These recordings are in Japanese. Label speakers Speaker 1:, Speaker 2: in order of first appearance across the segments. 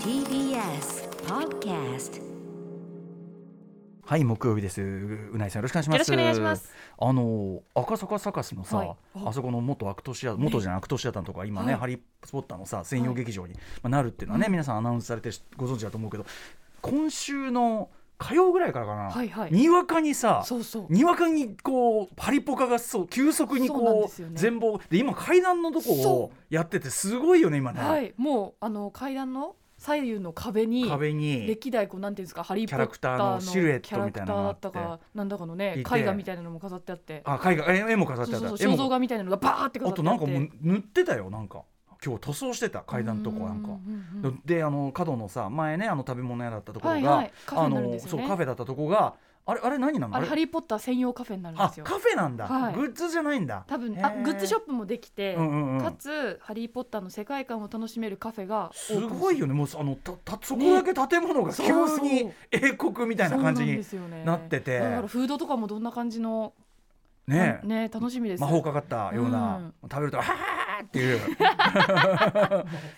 Speaker 1: TBS Podcast
Speaker 2: はい木曜日ですうないさんよろしくお願いします
Speaker 3: よろしくお願いします
Speaker 2: あの赤坂サカスのさ、
Speaker 3: はい
Speaker 2: あそこの元アクトシア元じゃないアクトシアターのとこが今ね、
Speaker 3: はい
Speaker 2: ハリー・ポッターのさ専用劇場に、まあなるっていうのはね、皆さんアナウンスされてご存知だと思うけど今週の火曜ぐらいからかな、
Speaker 3: はいはい
Speaker 2: にわかにさ
Speaker 3: そうそう。
Speaker 2: にわかにこうパリポカがそう急速に
Speaker 3: そうなんで
Speaker 2: こ
Speaker 3: す
Speaker 2: う
Speaker 3: よね
Speaker 2: 全貌で今階段のとこを
Speaker 3: そ
Speaker 2: やっててすごいよね今ね、
Speaker 3: はい、もうあの階段の左右の壁に
Speaker 2: 壁に
Speaker 3: 歴代こうなんていうんですかハリー・
Speaker 2: キャ
Speaker 3: ポッ
Speaker 2: ラクタ
Speaker 3: タ
Speaker 2: ー
Speaker 3: ー
Speaker 2: の
Speaker 3: の
Speaker 2: シルエットみたいなのがあ
Speaker 3: だ
Speaker 2: っ
Speaker 3: ってたかなんだかの
Speaker 2: い
Speaker 3: ね
Speaker 2: て
Speaker 3: 絵画みたいなのも飾ってあって、
Speaker 2: あ絵画絵絵も飾っ
Speaker 3: そう
Speaker 2: てあっ
Speaker 3: そう
Speaker 2: た
Speaker 3: そう
Speaker 2: 絵も
Speaker 3: 肖像画みたいなのがバーって飾
Speaker 2: あ
Speaker 3: って
Speaker 2: と
Speaker 3: あって、
Speaker 2: なんかもう塗ってたよなんか今日塗装してた階段のとこなんか
Speaker 3: う。うんうんうん
Speaker 2: であの角のさ前ねあの食べ物屋だったところが、
Speaker 3: はいはいカフェ
Speaker 2: あ
Speaker 3: になるん
Speaker 2: の
Speaker 3: ですよ
Speaker 2: そ
Speaker 3: ね
Speaker 2: うカフェだったとこがあれあれ何なの
Speaker 3: あれハリー・ポッター専用カフェになるん
Speaker 2: あ
Speaker 3: ですよ。
Speaker 2: カフェなんだ、
Speaker 3: はい
Speaker 2: グッズじゃないんだ
Speaker 3: 多分あグッズショッ
Speaker 2: プ
Speaker 3: プもできて、
Speaker 2: うんうんうん
Speaker 3: かつハリー・ポッターの世界観を楽しめるカフェが
Speaker 2: すごいよねもうあのたたそこだけ建物が急
Speaker 3: そうそう
Speaker 2: に英国み
Speaker 3: み
Speaker 2: たいな感じになってて
Speaker 3: だからフードとかもどんな感じの
Speaker 2: ね
Speaker 3: ね楽しみです。
Speaker 2: 魔法かかったような、食べると「はーって いう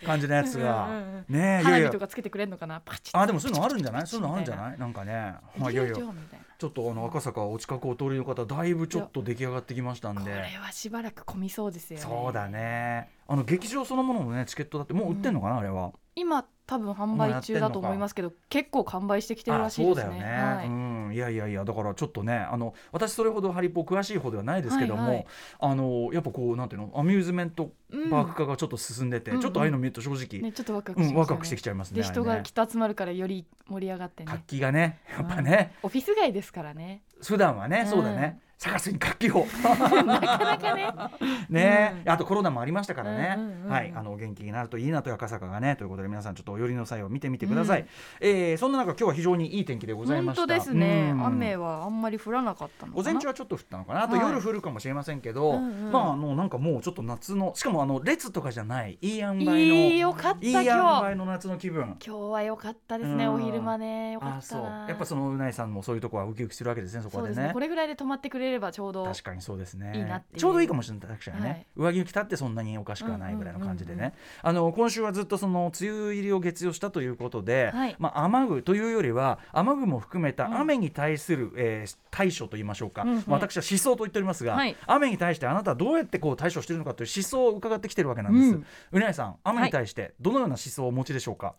Speaker 2: 感じのやつ
Speaker 3: うんうん
Speaker 2: が
Speaker 3: うん
Speaker 2: ねいや
Speaker 3: 花
Speaker 2: い
Speaker 3: 火
Speaker 2: や
Speaker 3: とかつけてくれるのかなパチッ
Speaker 2: あでもそういうのあるんじゃないそういうのあるんじゃ
Speaker 3: い
Speaker 2: ないなんかね
Speaker 3: な
Speaker 2: まあいやいや
Speaker 3: 入れようみたいな
Speaker 2: ちょっとあの赤坂お近くお通りの方だいぶちょっと出来上がってきましたん
Speaker 3: こ
Speaker 2: で
Speaker 3: れはしばらく混みそうですよね
Speaker 2: そうだねあの劇場そのものもねチケットだってもう売ってんのかな、あれは
Speaker 3: 今多分販売中だと思いますけど結構完売してきてるらしい
Speaker 2: あそ
Speaker 3: で
Speaker 2: うだよ
Speaker 3: すね
Speaker 2: ね、
Speaker 3: はい
Speaker 2: うんいやいやいやだからちょっとねあの私それほどハリポ詳しい方ではないですけども、
Speaker 3: はいはい
Speaker 2: あのやっぱこうなんていうのアミューズメント
Speaker 3: うん
Speaker 2: パーク化がちょっと進んでて、
Speaker 3: うんうん
Speaker 2: ちょっとああいうの見ると正直、
Speaker 3: ねちょっとワク
Speaker 2: う
Speaker 3: ワクします
Speaker 2: ん
Speaker 3: よね
Speaker 2: ワクワクしてきちゃいますね
Speaker 3: で人
Speaker 2: あれ
Speaker 3: が
Speaker 2: ね
Speaker 3: 来た集まるからより盛り上がって
Speaker 2: 活
Speaker 3: ね
Speaker 2: 気がねやっぱね、
Speaker 3: オフィス街ですからね
Speaker 2: 普段はね、
Speaker 3: うん
Speaker 2: そうだね探すに活気を
Speaker 3: なかなかね
Speaker 2: ね、
Speaker 3: うん
Speaker 2: あとコロナもありましたからね、
Speaker 3: うんうんうんうん
Speaker 2: はいあのお元気になるといいなという赤坂がねということで皆さんちょっとお寄りの際を見てみてください、
Speaker 3: うん
Speaker 2: えーそんな中今日は非常にいい天気でございま
Speaker 3: 本
Speaker 2: した
Speaker 3: 当ですね
Speaker 2: うん
Speaker 3: 雨はあんまり降らなかったのかな
Speaker 2: 午前中はちょっと降ったのかなあと
Speaker 3: はい
Speaker 2: 夜降るかもしれませんけど、
Speaker 3: うんうん
Speaker 2: まああのなんかもうちょっと夏のしかもあの列とかじゃないいい塩梅の
Speaker 3: いいよかった
Speaker 2: いい
Speaker 3: 今
Speaker 2: 塩
Speaker 3: 日
Speaker 2: 梅の夏の気分
Speaker 3: 今日は良かったですね
Speaker 2: うん
Speaker 3: お昼間ね良か
Speaker 2: あ
Speaker 3: っ
Speaker 2: そ
Speaker 3: た
Speaker 2: う
Speaker 3: な
Speaker 2: やっぱそのうないさんもそういうとこはウキウキするわけですねそこ
Speaker 3: そう
Speaker 2: で
Speaker 3: ですね
Speaker 2: ね
Speaker 3: これぐらいで止まってくれればちょうど
Speaker 2: 確かにそうですね
Speaker 3: いいなっていう
Speaker 2: ちょうどいいかもしれない確かにね、
Speaker 3: はい
Speaker 2: 上着を着たってそんなにおかしくはないぐらいの感じで
Speaker 3: うんうん
Speaker 2: ね、あの今週はずっとその梅雨入りを月曜したということで、
Speaker 3: はい
Speaker 2: まあ、雨具というよりは雨具も含め
Speaker 3: う
Speaker 2: た
Speaker 3: ん
Speaker 2: 雨に対する、えー対処といいましょうか、
Speaker 3: うんうん
Speaker 2: まあ私は思想と言っておりますが、
Speaker 3: はい
Speaker 2: 雨に対してあなたはどうやってこう対処しているのかという思想を伺ってきてるわけなんです、
Speaker 3: う
Speaker 2: うんなえさん雨に対してどのような思想をお持ちでしょうか、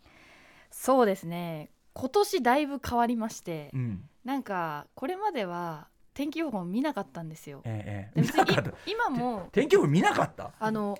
Speaker 3: そうですね今年だいぶ変わりまして、
Speaker 2: うん
Speaker 3: なんかこれまでは天気予報見なかったんですよ。
Speaker 2: ええええ
Speaker 3: で別に
Speaker 2: 見なかった
Speaker 3: 今も
Speaker 2: 天気予報見なかった、
Speaker 3: あの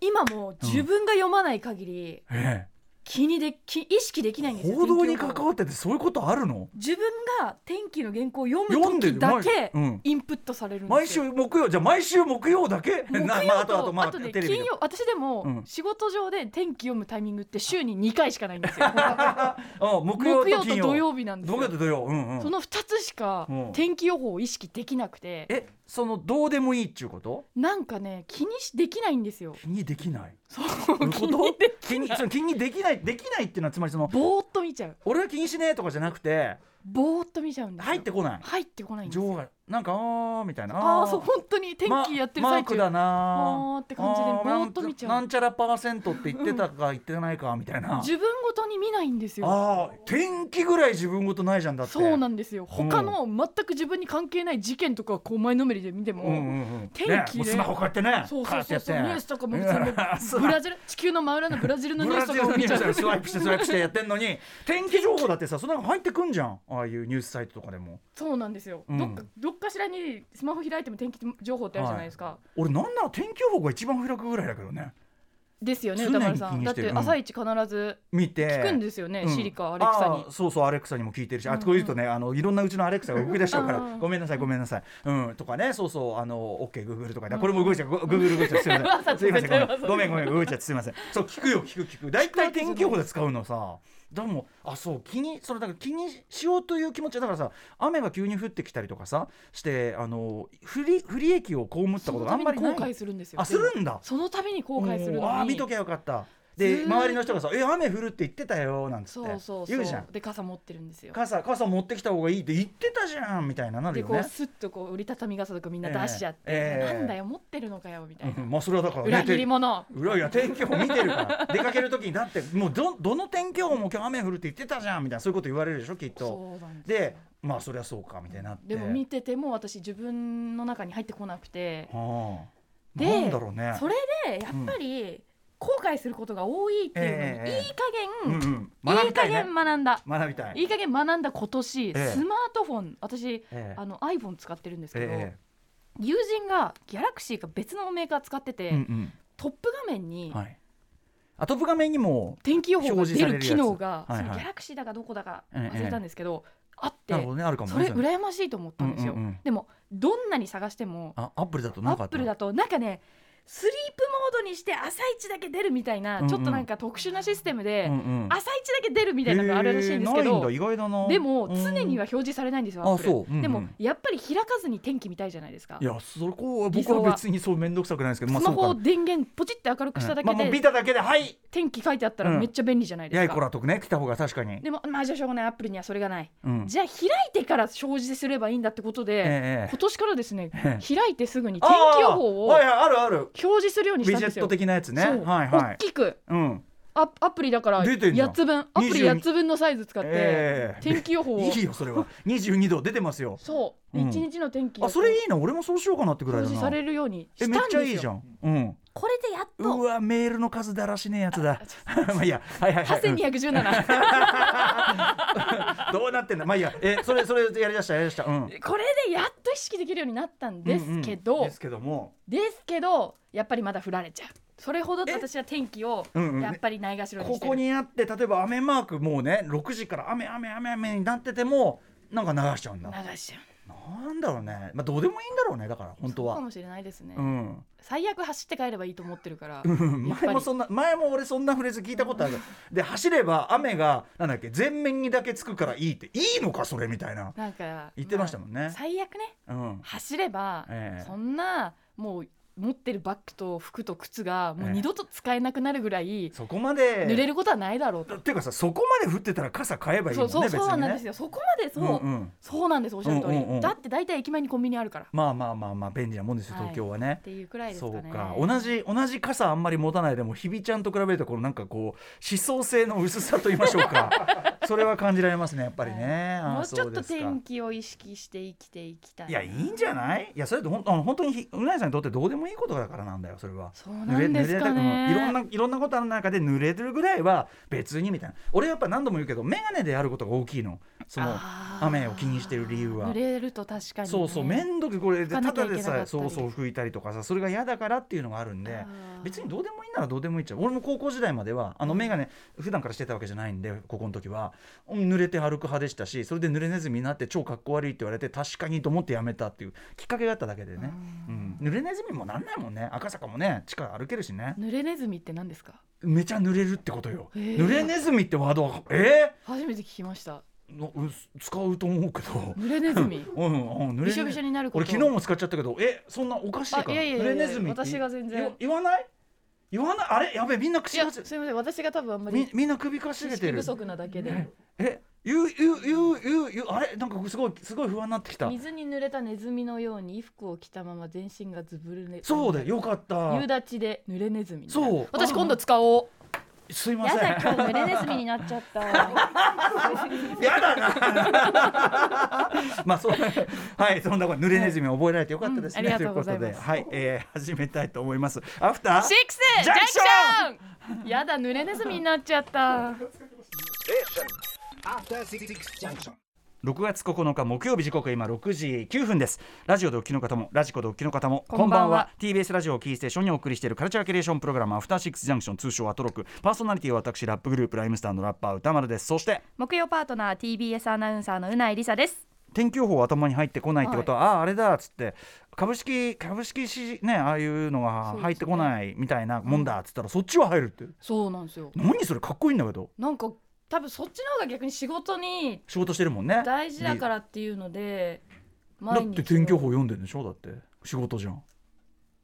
Speaker 3: 今も自分が読まない限り
Speaker 2: え
Speaker 3: 気にでき意識できないん
Speaker 2: え
Speaker 3: ですよ。
Speaker 2: 報道に
Speaker 3: 天気予
Speaker 2: 関
Speaker 3: 報
Speaker 2: わっててそういうことあるの
Speaker 3: 自分が天気の原稿を読
Speaker 2: 読ん
Speaker 3: む
Speaker 2: で
Speaker 3: 時
Speaker 2: る
Speaker 3: だけ
Speaker 2: 毎うん
Speaker 3: インプットされるんで
Speaker 2: 毎
Speaker 3: すよ。
Speaker 2: 週木曜じゃあ毎週木曜だけ
Speaker 3: 木曜
Speaker 2: な
Speaker 3: と、
Speaker 2: まあ
Speaker 3: あ
Speaker 2: あとあとまあ
Speaker 3: とね
Speaker 2: テレビ
Speaker 3: 金
Speaker 2: で
Speaker 3: 曜私で
Speaker 2: う
Speaker 3: も
Speaker 2: ん
Speaker 3: 仕事上で天気読むタイミングって週に2回しかないんですよ
Speaker 2: あ木
Speaker 3: 木
Speaker 2: 曜と
Speaker 3: 曜と
Speaker 2: 金曜
Speaker 3: 土曜日なんです
Speaker 2: 木曜
Speaker 3: よ
Speaker 2: と土曜うんう
Speaker 3: そ
Speaker 2: ん
Speaker 3: の2つしか
Speaker 2: うん
Speaker 3: 天気予報を意識できなくて
Speaker 2: えそのどうでもいいっちゅうこと
Speaker 3: なんかね気にしできないんですよ
Speaker 2: 気にできない
Speaker 3: そう
Speaker 2: どういう
Speaker 3: 気
Speaker 2: こ
Speaker 3: に
Speaker 2: と
Speaker 3: で
Speaker 2: 気にその気にできないできないっていうのはつまりその
Speaker 3: ぼーっと見ちゃう
Speaker 2: 俺は気にしねえとかじゃなくて
Speaker 3: ぼーっと見ちゃうんですよ
Speaker 2: 入ってこない
Speaker 3: 入ってこないんです
Speaker 2: 情報
Speaker 3: よ
Speaker 2: がなんかあーみたいな
Speaker 3: ああーそう
Speaker 2: ー
Speaker 3: 本当に天気やってる
Speaker 2: まマ
Speaker 3: 最
Speaker 2: ーク
Speaker 3: 中、
Speaker 2: だなー
Speaker 3: あーって感じで
Speaker 2: あ
Speaker 3: ぼ
Speaker 2: ーな
Speaker 3: ー
Speaker 2: ん
Speaker 3: っと見ち
Speaker 2: な
Speaker 3: ゃうん
Speaker 2: ちゃらパーセントって言ってたか言ってないかみたいな
Speaker 3: 自分ごとに見ないんですよ
Speaker 2: あー天気ぐらい自分ごとないじゃんだって
Speaker 3: そうなんですよ他の全く自分に関係ない事件とかをこう前のめりで見ても、
Speaker 2: うんうんうん
Speaker 3: 天
Speaker 2: ね
Speaker 3: 気で
Speaker 2: もうスマホこうやってね
Speaker 3: そう
Speaker 2: カ
Speaker 3: そ
Speaker 2: ーッて
Speaker 3: うそ
Speaker 2: やって
Speaker 3: うそうニュースとかも
Speaker 2: う
Speaker 3: 全
Speaker 2: ん
Speaker 3: 部
Speaker 2: そう
Speaker 3: ブラジル地球の真裏のブラジルのニュースとかを見ちゃ
Speaker 2: ブラジルのニュースを
Speaker 3: う
Speaker 2: スワイプしてスワイプしてやってんのに天気情報だってさそんなの入ってくんじゃんああいうニュースサイトとかでも
Speaker 3: そうなんですよ、
Speaker 2: うん
Speaker 3: どっかどっかしらにスマホ開いても天気情報ってあるじゃないですか、
Speaker 2: 俺なんなら天気予報が一番開くぐらいだけどね
Speaker 3: ですよね
Speaker 2: 常に
Speaker 3: 歌丸さ
Speaker 2: 気
Speaker 3: ん
Speaker 2: に
Speaker 3: だ
Speaker 2: し
Speaker 3: って
Speaker 2: る
Speaker 3: て朝一必ず
Speaker 2: 見て
Speaker 3: 聞くんですよね、
Speaker 2: うん
Speaker 3: シリかアレクサに
Speaker 2: ああそうそうアレクサにも聞いてるし、
Speaker 3: うん
Speaker 2: あこういうとねあのいろんなうちのアレクサが動き出しちゃうから
Speaker 3: うんうん
Speaker 2: ごめんなさいごめんなさい、うん、とかねそうそうあの OKGoogle とか、
Speaker 3: うん
Speaker 2: これも動いちゃう Google 動いちゃう すいませんすいませんごめんごめんごめん動いちゃってすいませんそう聞くよ聞く聞く大体天気予報で使うのさでもあそう気にそれだから気にしようという気持ちだからさ雨が急に降ってきたりとかさしてあの不利不利益を被った
Speaker 3: そ
Speaker 2: こと
Speaker 3: の
Speaker 2: があ
Speaker 3: た
Speaker 2: ん
Speaker 3: め
Speaker 2: ま
Speaker 3: に
Speaker 2: り
Speaker 3: 後
Speaker 2: ない
Speaker 3: 悔するんですよ
Speaker 2: あするんだ
Speaker 3: そのために後悔するのに
Speaker 2: おーあー見ときゃよかったで
Speaker 3: ずーっと
Speaker 2: 周りの人がさ「え雨降るって言ってたよ」なんつっ
Speaker 3: そ
Speaker 2: て
Speaker 3: うそう
Speaker 2: 言うじ
Speaker 3: そ
Speaker 2: ゃん
Speaker 3: うで傘持ってるんですよ
Speaker 2: 傘傘持ってきた方がいいって言ってたじゃんみたいななる
Speaker 3: で
Speaker 2: よ
Speaker 3: こう
Speaker 2: ね。
Speaker 3: スッとこう折りたたみ傘とかみんな出しちゃって、
Speaker 2: ええええ
Speaker 3: なんだよ持ってるのかよみたいな、
Speaker 2: うんまあそれはだからね
Speaker 3: 裏切り者
Speaker 2: 裏いや天気予報見てるから出かける時にだってもうどどの天気予報も今日雨降るって言ってたじゃんみたいなそういうこと言われるでしょきっと。
Speaker 3: そうなんですよ
Speaker 2: でまあそりゃそうかみたいになって。
Speaker 3: でも見てても私自分の中に入ってこなくて
Speaker 2: はあ、
Speaker 3: で
Speaker 2: なんだろうね。
Speaker 3: それでやっぱり後悔することが多いっていうのに、
Speaker 2: ええええ
Speaker 3: いい加
Speaker 2: うん
Speaker 3: 減、
Speaker 2: うん、
Speaker 3: いい加
Speaker 2: ね
Speaker 3: 減学んだ
Speaker 2: 学びたい。
Speaker 3: いい加減学んだ今年、
Speaker 2: え
Speaker 3: スマートフォン私
Speaker 2: ええ
Speaker 3: あの iPhone 使ってるんですけど、
Speaker 2: え
Speaker 3: 友人がギャラクシーか別のメーカー使ってて、
Speaker 2: えうん
Speaker 3: トップ画面に
Speaker 2: うんはい。あトップ画面にも
Speaker 3: 天気予報が
Speaker 2: 表示
Speaker 3: 出
Speaker 2: される
Speaker 3: る
Speaker 2: やつ
Speaker 3: 機能が、
Speaker 2: はいはい
Speaker 3: そのギャラクシーだかどこだか忘れたんですけど、あっ
Speaker 2: なるほ
Speaker 3: て
Speaker 2: どねあるかも
Speaker 3: そ
Speaker 2: ね。
Speaker 3: れ羨ましいと思ったんですよ、
Speaker 2: うんうんうん
Speaker 3: でもどんなに探しても
Speaker 2: あアップルだと
Speaker 3: ア
Speaker 2: なか
Speaker 3: ッ
Speaker 2: っ
Speaker 3: プ
Speaker 2: た。
Speaker 3: ルだとなんかねスリープモードにして朝一だけ出るみたいな、
Speaker 2: うんうん
Speaker 3: ちょっとなんか特殊なシステムで、
Speaker 2: うんうん
Speaker 3: 朝一だけ出るみたいなのがあるらしいんですけ
Speaker 2: えーないん
Speaker 3: ど、
Speaker 2: だ意外だな。
Speaker 3: でも常には
Speaker 2: は。
Speaker 3: 表示されないんですよ、
Speaker 2: あ
Speaker 3: Apple
Speaker 2: そううんうん
Speaker 3: でもやっぱり開かずに天気見たいじゃないですか
Speaker 2: いやそこは
Speaker 3: 理
Speaker 2: 僕
Speaker 3: 想
Speaker 2: は
Speaker 3: は
Speaker 2: 別にそう面倒くさくないですけど、
Speaker 3: ス
Speaker 2: まあ
Speaker 3: マ
Speaker 2: そう
Speaker 3: ホ
Speaker 2: か
Speaker 3: を電源ポチって明るくしただ
Speaker 2: うんま
Speaker 3: け
Speaker 2: あもう見
Speaker 3: で
Speaker 2: ただけではい。
Speaker 3: 天気書いてあったらめっちゃ便利じゃないで
Speaker 2: や
Speaker 3: す
Speaker 2: いこ
Speaker 3: から
Speaker 2: とくね来た方が確かに。
Speaker 3: でもまあじゃあしょうがないアップルにはそれがない
Speaker 2: うん。
Speaker 3: じゃあ開いてから表示すればいいんだってことで
Speaker 2: ええ
Speaker 3: 今年からですね
Speaker 2: え
Speaker 3: 開いてすぐに
Speaker 2: あ
Speaker 3: 天
Speaker 2: ー
Speaker 3: 気予報を
Speaker 2: はい
Speaker 3: 表
Speaker 2: はいあるある。
Speaker 3: 示するよう
Speaker 2: ウ
Speaker 3: にし
Speaker 2: ィ
Speaker 3: たん
Speaker 2: ジェッ
Speaker 3: です
Speaker 2: ト
Speaker 3: よ
Speaker 2: 的なやつね。
Speaker 3: そ
Speaker 2: は
Speaker 3: う
Speaker 2: いは
Speaker 3: 大きく
Speaker 2: い。うん。
Speaker 3: アアプリだから
Speaker 2: 出てんじゃん
Speaker 3: 8つ分アプリ
Speaker 2: 22
Speaker 3: 8つ分のサイズ使っ
Speaker 2: え
Speaker 3: て
Speaker 2: え
Speaker 3: 天気予報を
Speaker 2: いいよそれは。二十二度出てますよ。
Speaker 3: そう
Speaker 2: う
Speaker 3: 一
Speaker 2: ん
Speaker 3: 日の 天気
Speaker 2: あ
Speaker 3: が
Speaker 2: それいいな俺もそうしようかなってぐらい
Speaker 3: 表
Speaker 2: だ
Speaker 3: 示さ
Speaker 2: な
Speaker 3: れるように
Speaker 2: え
Speaker 3: し
Speaker 2: めった
Speaker 3: ん
Speaker 2: ちゃ
Speaker 3: で
Speaker 2: いい
Speaker 3: す
Speaker 2: じゃ
Speaker 3: よ。
Speaker 2: んうん
Speaker 1: これでやっ
Speaker 2: う
Speaker 1: と
Speaker 2: わメールの数だらしねえやつだ まあいいやはいはいはい、うん
Speaker 3: 8217
Speaker 2: どうなってんだまあいいやえそれそれやりだしたやりだしたうん
Speaker 3: これでやっと意識できるようになったんですけど、
Speaker 2: うんうんですけども
Speaker 3: ですけどやっぱりまだ振られちゃうそれほど
Speaker 2: え
Speaker 3: 私は天気を
Speaker 2: うんうん
Speaker 3: やっぱりないがしろに
Speaker 2: こ
Speaker 3: してる
Speaker 2: こにあって例えば雨マークもうね6時から雨雨雨雨になっててもなんか流しちゃうんだ
Speaker 3: 流しちゃう
Speaker 2: なんだろうねまあどうでもいいんだろうねだから本当
Speaker 3: そうか
Speaker 2: は
Speaker 3: もしれないですね、
Speaker 2: うん
Speaker 3: 最悪走って帰ればいいと思ってるから、
Speaker 2: うん
Speaker 3: やっぱ
Speaker 2: 前も
Speaker 3: り
Speaker 2: そんな前も俺そんなフレーズ聞いたことあるで走れば雨がなんだっけ全面にだけつくからいいっていいのかそれみたいな
Speaker 3: なんか
Speaker 2: 言ってましたもんね
Speaker 3: あ最悪ね
Speaker 2: うん
Speaker 3: 走れば、
Speaker 2: ええ
Speaker 3: そんなもう持ってるバッグと服と靴がもう
Speaker 2: ええ
Speaker 3: 二度と使えなくなるぐらい
Speaker 2: そこまで
Speaker 3: 濡れることはないだろうと、
Speaker 2: だっていうかさそこまで降ってたら傘買えばいいも
Speaker 3: そ
Speaker 2: ん
Speaker 3: う
Speaker 2: ね
Speaker 3: そう
Speaker 2: 別にね
Speaker 3: そうなんですよそこまでそう、
Speaker 2: うんうん
Speaker 3: そうなんですおっしゃる通り、
Speaker 2: うんうんうん
Speaker 3: だって大体駅前にコンビニあるからっ
Speaker 2: まあまあまあまあ便利なもんですよ
Speaker 3: はい
Speaker 2: 東京はね、
Speaker 3: ていうくらいですか
Speaker 2: そう
Speaker 3: ね
Speaker 2: か同じ同じ傘あんまり持たないでも日比ちゃんと比べるとこのなんかこう思想性の薄さと言いましょう かそれは感じられますねやっぱりね、ああ
Speaker 3: もうち
Speaker 2: そ
Speaker 3: ょっと
Speaker 2: ですか
Speaker 3: 天気を意識して生きていきたい
Speaker 2: いやいいんじゃないいやそれってほんあの本当にひうなやさんにとってどうでもいいことだからなんだよそれは。
Speaker 3: そう
Speaker 2: 濡
Speaker 3: な
Speaker 2: れ
Speaker 3: んですかね
Speaker 2: 濡れたうんいろんないろんなことある中で濡れてるぐらいは別にみたいな俺やっぱ何度も言うけど眼鏡でやることが大きいのその
Speaker 3: あー
Speaker 2: 雨を気にしてる理由は
Speaker 3: 濡。れると確かにね、
Speaker 2: そうそう面倒くこれで
Speaker 3: 拭かな
Speaker 2: た
Speaker 3: きゃ
Speaker 2: だ
Speaker 3: い
Speaker 2: で
Speaker 3: けなかった
Speaker 2: さえ
Speaker 3: り
Speaker 2: そうそう拭いたりとかさそれが嫌だからっていうのがあるんで
Speaker 3: あー
Speaker 2: 別にどうでもいいならどうでもいいっちゃう俺も高校時代まではあの眼鏡普段からしてたわけじゃないんでここの時はうん濡れて歩く派でしたしそれで濡れネズミになって超かっこ悪いって言われて確かにと思ってやめたっていうきっかけがあっただけでね、うん、濡れネズミもなんないもんね赤坂もね地下歩けるしね
Speaker 3: 濡れネズミって何ですか
Speaker 2: めちゃ濡れるってことよ、
Speaker 3: へー
Speaker 2: 濡れネズミってワードはえ
Speaker 3: 初めて聞きました
Speaker 2: ーのう使うと思うけど。
Speaker 3: 濡れネズミ
Speaker 2: うんうん、 濡れ
Speaker 3: びしょびしょになること
Speaker 2: 俺昨日も使っちゃったけどえそんなおかしいか
Speaker 3: あいやいやいやいや
Speaker 2: 濡れネズミって
Speaker 3: 私が全然
Speaker 2: 言わ言わない言わないあれやべえみんない口
Speaker 3: や
Speaker 2: が
Speaker 3: すみません私が多分あんま
Speaker 2: み
Speaker 3: り
Speaker 2: みんな首かし
Speaker 3: 知
Speaker 2: げて
Speaker 3: 識
Speaker 2: る
Speaker 3: 不足なだけで
Speaker 2: え言う言う言う言う言うあれなんかすごいすごい不安になってきた
Speaker 3: 水に濡れたネズミのように衣服を着たまま全身がずぶるね
Speaker 2: そうだよかった
Speaker 3: 夕立ちで濡れネズミになる
Speaker 2: そう
Speaker 3: 私今度使おう
Speaker 2: すいま
Speaker 3: や
Speaker 2: せん
Speaker 3: だ今日濡れネズミになっちゃった
Speaker 2: やだな。まあそう はいそんなこと濡れネズミを覚えられてよかったですね、
Speaker 3: うんあ
Speaker 2: と
Speaker 3: り
Speaker 2: い
Speaker 3: がと
Speaker 2: うこ
Speaker 3: うござ
Speaker 2: と
Speaker 3: います
Speaker 2: ではい、えー、始めたいと思います。アフター
Speaker 3: シックス
Speaker 2: ジ
Speaker 3: ジ
Speaker 2: ャ
Speaker 3: ャ
Speaker 2: ン
Speaker 3: ン
Speaker 2: ク
Speaker 3: ク
Speaker 2: シ
Speaker 3: ションやだ濡れネズミになっちゃった
Speaker 2: 6月9日木曜日時刻今6時9分ですラジオでお聞きの方もラジコでお聞きの方も
Speaker 3: こんばんは
Speaker 2: TBS ラジオをキーステーションにお送りしているカルチャーキュレーションプログラムアフターシックスジャンクション通称アトロクパーソナリティは私ラップグループライムスターのラッパー歌丸ですそして
Speaker 3: 木曜パートナー TBS アナウンサーのうないりさです
Speaker 2: 天気予報頭に入ってこないってことは、あああれだっつって株式株式市ねああいうのが入ってこないみたいなもんだっつったらそ,、っちは入るって
Speaker 3: そうなんですよ
Speaker 2: 何それかっこいいんだけど
Speaker 3: なんか多分そっちの方が逆に仕事に
Speaker 2: 仕事してるもんね
Speaker 3: 大事だかららっていうので
Speaker 2: だ
Speaker 3: 毎
Speaker 2: っ
Speaker 3: 日
Speaker 2: て天気予報読んでるんでしょだって仕事じゃん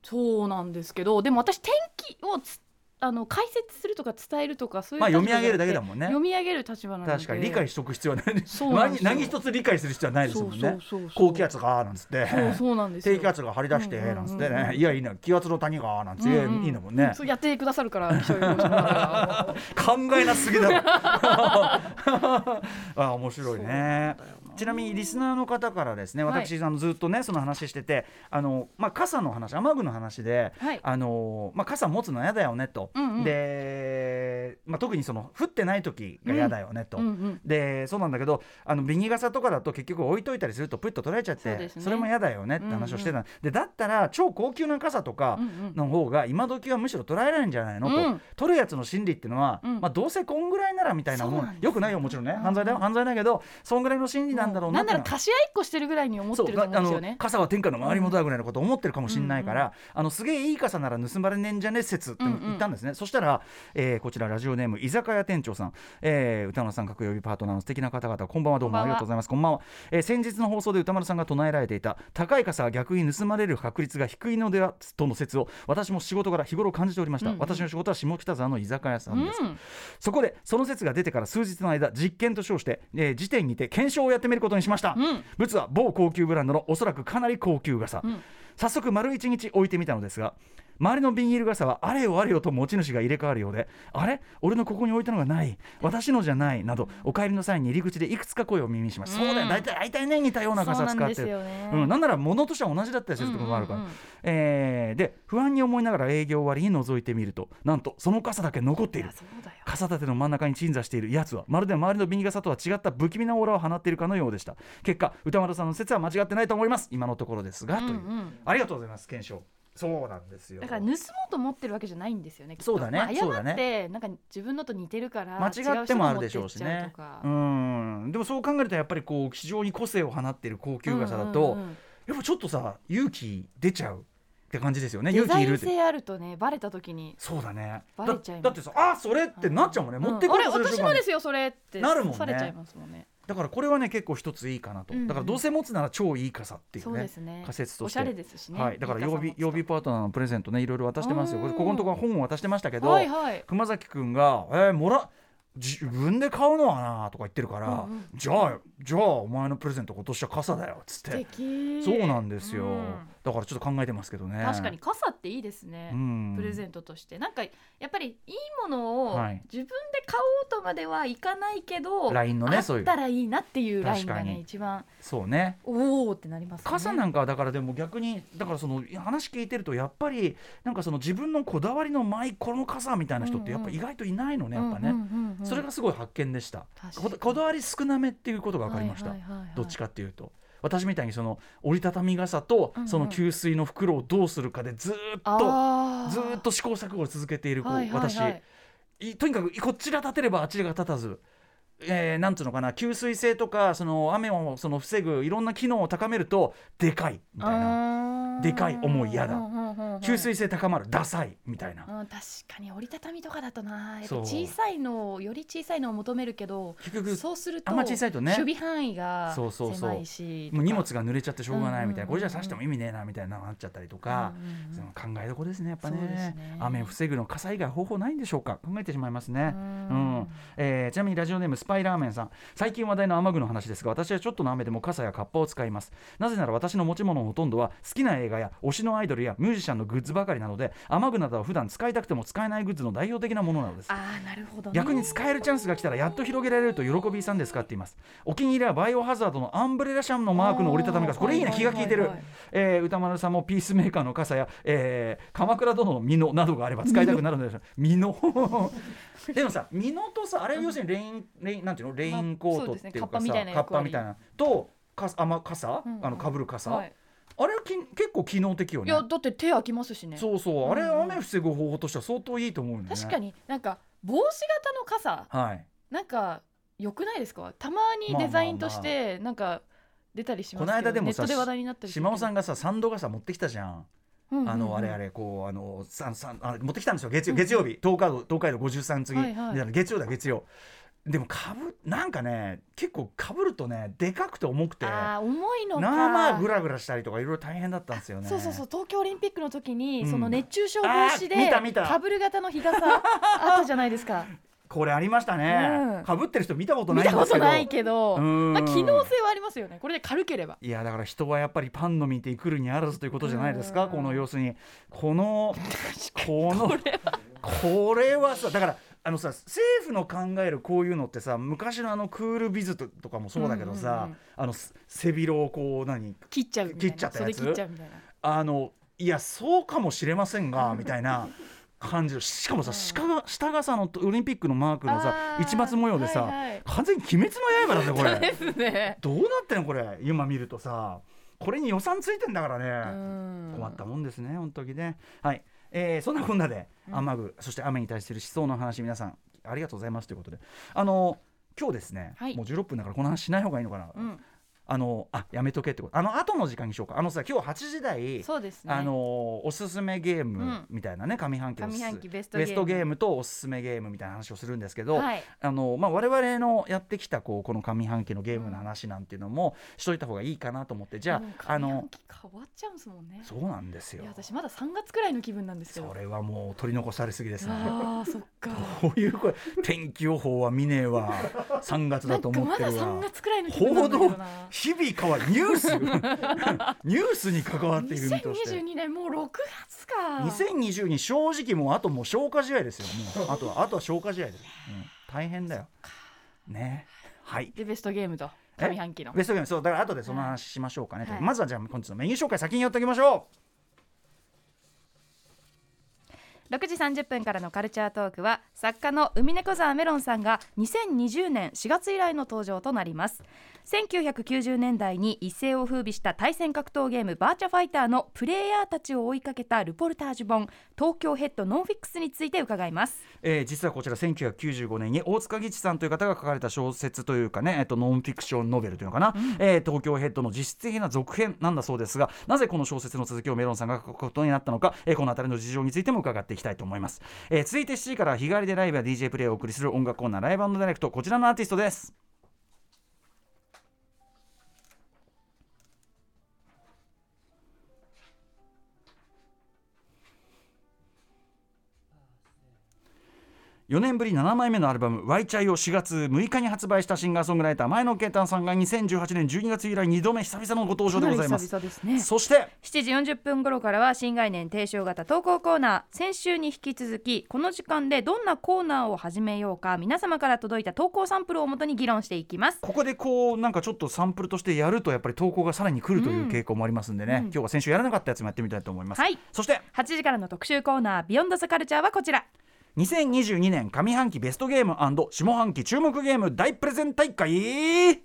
Speaker 3: そうなんですけどでも私天気をつあの解説するとか伝えるとかそういう
Speaker 2: まあ
Speaker 3: 立場
Speaker 2: 読
Speaker 3: じ
Speaker 2: み上げる
Speaker 3: ゃなくて
Speaker 2: だけだもんね
Speaker 3: 読み上げる立場なので
Speaker 2: 確かに理解しておく必要はない
Speaker 3: そうなんですよ
Speaker 2: 何何一つ理解する必要はないですもんね
Speaker 3: そうそうそうそう
Speaker 2: 高気圧がなんつって
Speaker 3: そうそうなんですよ
Speaker 2: 低気圧が張り出して
Speaker 3: うんうんうん
Speaker 2: なんつってねいやいいな気圧の谷がなんつって
Speaker 3: うん
Speaker 2: いや
Speaker 3: うん
Speaker 2: いいのもんね
Speaker 3: そうやってくださるから気象予報士の方が
Speaker 2: 考えなすぎだ ろ あ面白いねちなみにリスナーの方からですね
Speaker 3: はい
Speaker 2: 私、あのずっとねその話しててあの、まあ、傘の話雨具の話で、
Speaker 3: はい
Speaker 2: あのまあ、傘持つの嫌だよねと、
Speaker 3: うんうん
Speaker 2: で、まあ、特にその降ってない時が嫌だよねと。
Speaker 3: うんうん
Speaker 2: でそうなんだけどあのビニ傘とかだと結局置いといたりするとプッと取られちゃっ
Speaker 3: そう
Speaker 2: て
Speaker 3: ですね
Speaker 2: れも嫌だよねって話をしてた、でだったら超高級な傘とか
Speaker 3: うんうん
Speaker 2: の方が今時はむしろ取られないんじゃないのと、
Speaker 3: うん
Speaker 2: 取るやつの心理っていうのは、
Speaker 3: うん
Speaker 2: まあ、どうせこんぐらいならみたいなも
Speaker 3: そうんなんですよ
Speaker 2: よくないよもちろんね
Speaker 3: うん
Speaker 2: 犯罪だよ犯罪だけどそんぐらいの心理なんだろうな
Speaker 3: な
Speaker 2: っ
Speaker 3: ん
Speaker 2: て
Speaker 3: な
Speaker 2: のは
Speaker 3: ら貸し合いっこしてるぐらいに思ってると思うんですよ
Speaker 2: そうあの
Speaker 3: ね
Speaker 2: 傘は天下の回りもだぐらいのこと思ってるかもしれないから、あのすげえいい傘なら盗まれねえんじゃねえ説って
Speaker 3: うんうん
Speaker 2: 言ったんですね、そしたら、えーこちらラジオネーム居酒屋店長さん、えー歌丸さん各曜日パートナーの素敵な方々こんばんはどうもありがとうございますこんばんは、えー先日の放送で歌丸さんが唱えられていた高い傘は逆に盗まれる確率が低いのではとの説を私も仕事から日頃感じておりました、
Speaker 3: うんうん
Speaker 2: 私の仕事は下北沢の居酒屋さんです、
Speaker 3: うん
Speaker 2: そこでその説が出てから数日の間実験と称して、えー、時点にて検証をやってみることにしました、
Speaker 3: うん
Speaker 2: ブツは某高級ブランドのおそらくかなり高級傘、
Speaker 3: うん
Speaker 2: 早速丸1日置いてみたのですが周りのビニール傘はあれよあれよと持ち主が入れ替わるようであれ俺のここに置いたのがない私のじゃないなどお帰りの際に入り口でいくつか声を耳にしました、
Speaker 3: うん
Speaker 2: そうだよ大体大体ね似たような
Speaker 3: そう
Speaker 2: 傘
Speaker 3: な
Speaker 2: 使
Speaker 3: ん
Speaker 2: っ
Speaker 3: で
Speaker 2: て
Speaker 3: す
Speaker 2: る
Speaker 3: よね
Speaker 2: うん、なんなら物としては同じだったりするところもあるから、
Speaker 3: うんうんうん
Speaker 2: えーで不安に思いながら営業終わりに覗いてみるとなんとその傘だけ残ってい
Speaker 3: い
Speaker 2: る
Speaker 3: やそうだよ
Speaker 2: 傘立ての真ん中に鎮座しているやつはまるで周りのビニ傘とは違った不気味なオーラを放っているかのようでした結果歌丸さんの説は間違ってないと思います今のところですが、
Speaker 3: うん
Speaker 2: と
Speaker 3: う
Speaker 2: いうんありがとうございます検証そうなんですよ
Speaker 3: だから盗もうと思ってるわけじゃないんですよねきっと
Speaker 2: そうだね
Speaker 3: まあ
Speaker 2: そう
Speaker 3: 誤
Speaker 2: だ
Speaker 3: っ
Speaker 2: ね
Speaker 3: てなんか自分のと似てるから
Speaker 2: 間違ってもあるでしょうし
Speaker 3: 違人の持って
Speaker 2: ね
Speaker 3: っちゃ
Speaker 2: う
Speaker 3: うとか
Speaker 2: んでもそう考えるとやっぱりこう非常に個性を放っている高級傘だと、
Speaker 3: うんうんうん
Speaker 2: やっぱちょっとさ勇気出ちゃうって感じですよね
Speaker 3: デ
Speaker 2: 勇
Speaker 3: ザ
Speaker 2: 気い
Speaker 3: イ
Speaker 2: るっ
Speaker 3: ン
Speaker 2: て
Speaker 3: 性あるとねバレた時に
Speaker 2: そうだね
Speaker 3: バレちゃいます
Speaker 2: だだってさあそれってなっちゃうもんね、持ってこ
Speaker 3: こ
Speaker 2: よ
Speaker 3: れ
Speaker 2: うとする
Speaker 3: 私
Speaker 2: 瞬間
Speaker 3: の
Speaker 2: に
Speaker 3: ですよそれって
Speaker 2: なるもんね
Speaker 3: されちゃいますもんね
Speaker 2: だからこれはね結構一ついいかなと、
Speaker 3: うんうん
Speaker 2: だからどうせ持つなら超いい傘っていう
Speaker 3: そう
Speaker 2: ね
Speaker 3: ですね
Speaker 2: 仮説と
Speaker 3: お
Speaker 2: し
Speaker 3: してゃれですしね
Speaker 2: はい、だから
Speaker 3: いい傘
Speaker 2: 曜
Speaker 3: 持
Speaker 2: 日
Speaker 3: つと
Speaker 2: 曜日パートナーのプレゼントねいろいろ渡してますよ。
Speaker 3: うん
Speaker 2: これここのところ本を渡してましたけど、
Speaker 3: はいはい
Speaker 2: 熊崎くんがえー、もら自分で買うのはなとか言ってるから、
Speaker 3: うんうん
Speaker 2: じゃあじゃあお前のプレゼント今年は傘だよっつっ
Speaker 3: 素
Speaker 2: て。
Speaker 3: 敵
Speaker 2: そうなんですよ、
Speaker 3: うん
Speaker 2: だからちょっと考えてますけどね。
Speaker 3: 確かに傘っていいですね、
Speaker 2: うん、
Speaker 3: プレゼントとしてなんかやっぱりいいものを
Speaker 2: はい
Speaker 3: 自分で買おうとまではいかないけど、
Speaker 2: ラインの
Speaker 3: あ
Speaker 2: ね
Speaker 3: っ
Speaker 2: そういう
Speaker 3: たらいいなっていうラインが
Speaker 2: 確か
Speaker 3: ね
Speaker 2: に
Speaker 3: 一番
Speaker 2: そうね。
Speaker 3: おおってなりますね
Speaker 2: 傘なんかはだからでも逆にだからその話聞いてるとやっぱりなんかその自分のこだわりのマイこの傘みたいな人ってやっぱ意外といないのね、やっぱね。
Speaker 3: うんうんうんうん
Speaker 2: それがすごい発見でした
Speaker 3: 確かに
Speaker 2: こだこだわり少なめっていうことが分かりました、
Speaker 3: はいはいはいはい
Speaker 2: どっちかっていうと私みたいにその折りたたみ傘と
Speaker 3: うんうん
Speaker 2: その給水の袋をどうするかでずーっと、
Speaker 3: あー
Speaker 2: ずーっと試行錯誤を続けているこう、
Speaker 3: はいはいはい
Speaker 2: 私いとにかくこちら立てればあちらが立たず。えーなんつうのかな吸水性とかその雨をその防ぐいろんな機能を高めるとでかいみたいな
Speaker 3: あー
Speaker 2: でかい思いやだ
Speaker 3: うんうんうんうん
Speaker 2: 吸水性高まるダサいみたいな
Speaker 3: うん、確かに折りたたみとかだとなやっぱ
Speaker 2: そう
Speaker 3: 小さいのをより小さいのを求めるけど
Speaker 2: 結局
Speaker 3: そうすると
Speaker 2: あんま小さいとね
Speaker 3: 守備範囲が
Speaker 2: そうそうそう
Speaker 3: 狭いし
Speaker 2: もう荷物が濡れちゃってしょうがないみたいな、
Speaker 3: うん
Speaker 2: これじゃ刺しても意味ねえなみたいなのになっちゃったりとか、その考えどころですねやっぱね
Speaker 3: そうですね
Speaker 2: 雨を防ぐの傘以外方法ないんでしょうか考えてしまいますね。う
Speaker 3: うん
Speaker 2: んえーちなみにラジオネームスパイラーメンさん最近話題の雨具の話ですが私はちょっとの雨でも傘やカッパを使いますなぜなら私の持ち物のほとんどは好きな映画や推しのアイドルやミュージシャンのグッズばかりなので雨具などは普段使いたくても使えないグッズの代表的なものなのです
Speaker 3: あーなるほどね
Speaker 2: 逆に使えるチャンスが来たらやっと広げられると喜びさんで使っていますお気に入りはバイオハザードのアンブレラシャンのマークの折りたたみ傘これいいね
Speaker 3: あー
Speaker 2: 気が利いてる、
Speaker 3: はいはいはい
Speaker 2: えー歌丸さんもピースメーカーの傘や、えー鎌倉殿の美濃などがあれば使いたくなるのでしょ う美濃 でもさ美濃とさあれ要するにレインレインなんていうのレインコートっていうか
Speaker 3: まあそうですね
Speaker 2: さ、
Speaker 3: カッパみたいな
Speaker 2: カッ
Speaker 3: 役
Speaker 2: パ
Speaker 3: 割
Speaker 2: みたいなとかあま傘、
Speaker 3: うんうん
Speaker 2: あのかぶる傘、
Speaker 3: はい
Speaker 2: あれはき結構機能的よ
Speaker 3: い
Speaker 2: ね
Speaker 3: やだって手開きますしね
Speaker 2: そうそうあれ
Speaker 3: うんうん
Speaker 2: 雨防ぐ方法としては相当いいと思うよね
Speaker 3: 確か
Speaker 2: に
Speaker 3: になんか帽子型の傘
Speaker 2: はい
Speaker 3: なんか良くないですかたまにデザインとしてなんか出たりしますけど、
Speaker 2: この間でもさ
Speaker 3: ネットで話題になったり
Speaker 2: 島尾さん
Speaker 3: ん、
Speaker 2: がさサンド傘持ってきたじゃん
Speaker 3: うんうんうん
Speaker 2: あのあれあれこうあのさんさんあ持ってきたんですよ月曜月曜日東海道東海道53次、
Speaker 3: はいはい
Speaker 2: で月曜だ月曜でもかぶなんかね結構かぶるとねでかくて重くて
Speaker 3: ああ重いのか
Speaker 2: まあまあグラグラしたりとかいろいろ大変だったんですよね
Speaker 3: そうそうそう東京オリンピックの時に、
Speaker 2: うん
Speaker 3: その熱中症防止
Speaker 2: あー見た
Speaker 3: で
Speaker 2: 見た
Speaker 3: かぶる型の 日傘あったじゃないですか
Speaker 2: これありましたね、
Speaker 3: うん
Speaker 2: かぶってる人見たこと
Speaker 3: 見
Speaker 2: ない
Speaker 3: た
Speaker 2: ん
Speaker 3: こ
Speaker 2: です
Speaker 3: と
Speaker 2: けど
Speaker 3: ないけど、
Speaker 2: うん
Speaker 3: まあ、機能性はありますよねこれで軽ければ
Speaker 2: いやだから人はやっぱりパンの見て来るにあらずということじゃないですか、
Speaker 3: うん
Speaker 2: この要するにこのこの
Speaker 3: これは
Speaker 2: これはさだからあのさ政府の考えるこういうのってさ昔のあのクールビズととかもそうだけどさ、
Speaker 3: うんうんうん
Speaker 2: あのす背広をこう何
Speaker 3: 切っちゃうみたい
Speaker 2: 切
Speaker 3: な
Speaker 2: っちゃったやつ
Speaker 3: それ切っちゃうみたいな
Speaker 2: あのいやそうかもしれません がみたいな感じのしかもさ下が下がさあのオリンピックのマークのさ
Speaker 3: あー
Speaker 2: 一抹模様でさ、
Speaker 3: はいはい
Speaker 2: 完全に「鬼滅の刃」だぜこ
Speaker 3: そう
Speaker 2: れ
Speaker 3: で すね
Speaker 2: どうなってんのこれ今見るとさこれに予算ついてんだからね。困
Speaker 3: 困
Speaker 2: ったもんですね、本当にね。はい、えーそんなこんなで、雨具、そして雨に対する思想の話、皆さん、ありがとうございますということで、あの今日ですね、
Speaker 3: はい
Speaker 2: もう16分だから、この話しない方がいいのかな、
Speaker 3: うん、
Speaker 2: あのあやめとけってこと、あの後の時間にしようか、あのさ、今日8時台、
Speaker 3: そうですね
Speaker 2: あのおすすめゲー
Speaker 3: う
Speaker 2: ム
Speaker 3: ん
Speaker 2: みたいなね、上半期の
Speaker 3: 上半期ベストゲーム
Speaker 2: ベストゲームとおすすめゲームみたいな話をするんですけど、
Speaker 3: はい
Speaker 2: あのまあ、我々のやってきたこうこの上半期のゲームの話なんていうのもしといた方がいいかなと思ってじゃ
Speaker 3: でも
Speaker 2: ああ
Speaker 3: 上
Speaker 2: の
Speaker 3: 半期変わっちゃうんですもんね
Speaker 2: そうなんですよ
Speaker 3: いや。私まだ3月くらいの気分なんですけど
Speaker 2: それはもう取り残されすぎですね。
Speaker 3: あーそっか
Speaker 2: こういう声天気予報は見ねえわ3月
Speaker 3: な
Speaker 2: だ
Speaker 3: ん
Speaker 2: と
Speaker 3: か
Speaker 2: 思
Speaker 3: ま
Speaker 2: って
Speaker 3: だ
Speaker 2: る
Speaker 3: 3
Speaker 2: わ
Speaker 3: 月くらいの気分
Speaker 2: 報
Speaker 3: なん
Speaker 2: 道
Speaker 3: だけどな
Speaker 2: 日々変わるニュース ニュースに関わっている身として
Speaker 3: 2022年もう6月か
Speaker 2: 2020に正直もうあともう消化試合ですよもうあとはあとは消化試合です、うん大変だよねはい
Speaker 3: でベストゲームと
Speaker 2: え
Speaker 3: 上半期の
Speaker 2: ベストゲームそうだから後でその話しましょうかね、
Speaker 3: はい
Speaker 2: まずはじゃあ本日のメニュー紹介先にやっておきましょ
Speaker 4: 6時30分からのカルチャートークは作家の海猫沢メロンさんが2020年4月以来の登場となります1990年代に一世を風靡した対戦格闘ゲームバーチャファイターのプレイヤーたちを追いかけたルポルタージュ本東京ヘッドノンフィックスについて伺います
Speaker 2: う、えー実はこちら1995年に大塚義知さんという方が書かれた小説というかね、えっと、ノンフィクションノベルというのかな、えー東京ヘッドの実質的な続編なんだそうですがなぜこの小説の続きをメロンさんが書くことになったのか、えーこの辺りの事情についても伺っていきたいと思います、えー続いて7時からは日替わりでライブや DJ プレイをお送りする音楽コーナーライブダイレクトこちらのアーティストです4年ぶり7枚目のアルバム「ワイチャイを4月6日に発売したシンガーソングライター前野慶太さんが2018年12月以来2度目久々のご登場でございます
Speaker 3: かなり久々ですね
Speaker 2: そして
Speaker 4: 7時40分頃からは新概念提唱型投稿コーナー先週に引き続きこの時間でどんなコーナーを始めようか皆様から届いた投稿サンプルをもとに議論していきます
Speaker 2: ここでこうなんかちょっとサンプルとしてやるとやっぱり投稿がさらに来るという傾向もありますんでね、今日は先週やらなかったやつもやってみたいと思います、
Speaker 4: はい
Speaker 2: そして
Speaker 4: 8時からの特集コーナー「ビヨンドザカルチャーはこちら
Speaker 2: 2022年上半期ベストゲーム下半期注目ゲーム大プレゼン大会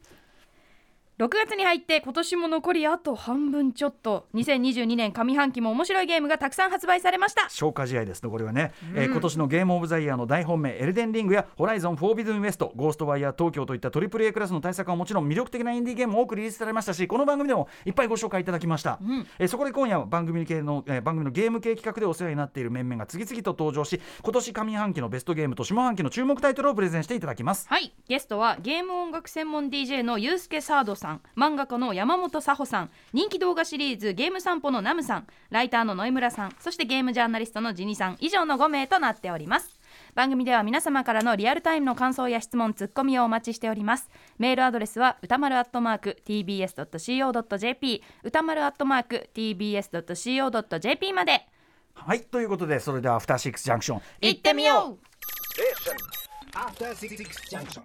Speaker 4: 6月に入って今年も残りあと半分ちょっと2022年上半期も面白いゲームがたくさん発売されました
Speaker 2: 消化試合ですねこれはね、えー今年のゲームオブザイヤーの大本命エルデンリングやホライゾンフォービドゥンウエストゴーストワイヤー東京といった AAA クラスの対策はもちろん魅力的なインディーゲームも多くリリースされましたしこの番組でもいっぱいご紹介いただきました、えーそこで今夜は番組系の、えー番組のゲーム系企画でお世話になっている面々が次々と登場し今年上半期のベストゲームと下半期の注目タイトルをプレゼンしていただきます
Speaker 4: はいゲストはゲーム音楽専門 DJ のユースケサードさん漫画家の山本佐穂さん人気動画シリーズ「ゲーム散歩」のナムさんライターの野井村さんそしてゲームジャーナリストのジニさん以上の5名となっております番組では皆様からのリアルタイムの感想や質問ツッコミをお待ちしておりますメールアドレスは歌丸アットマーク tbs.co.jp 歌丸アットマーク tbs.co.jp まで
Speaker 2: はいということでそれではアフターシックスジャンクション
Speaker 4: 行ってみよう
Speaker 5: After Six Junction.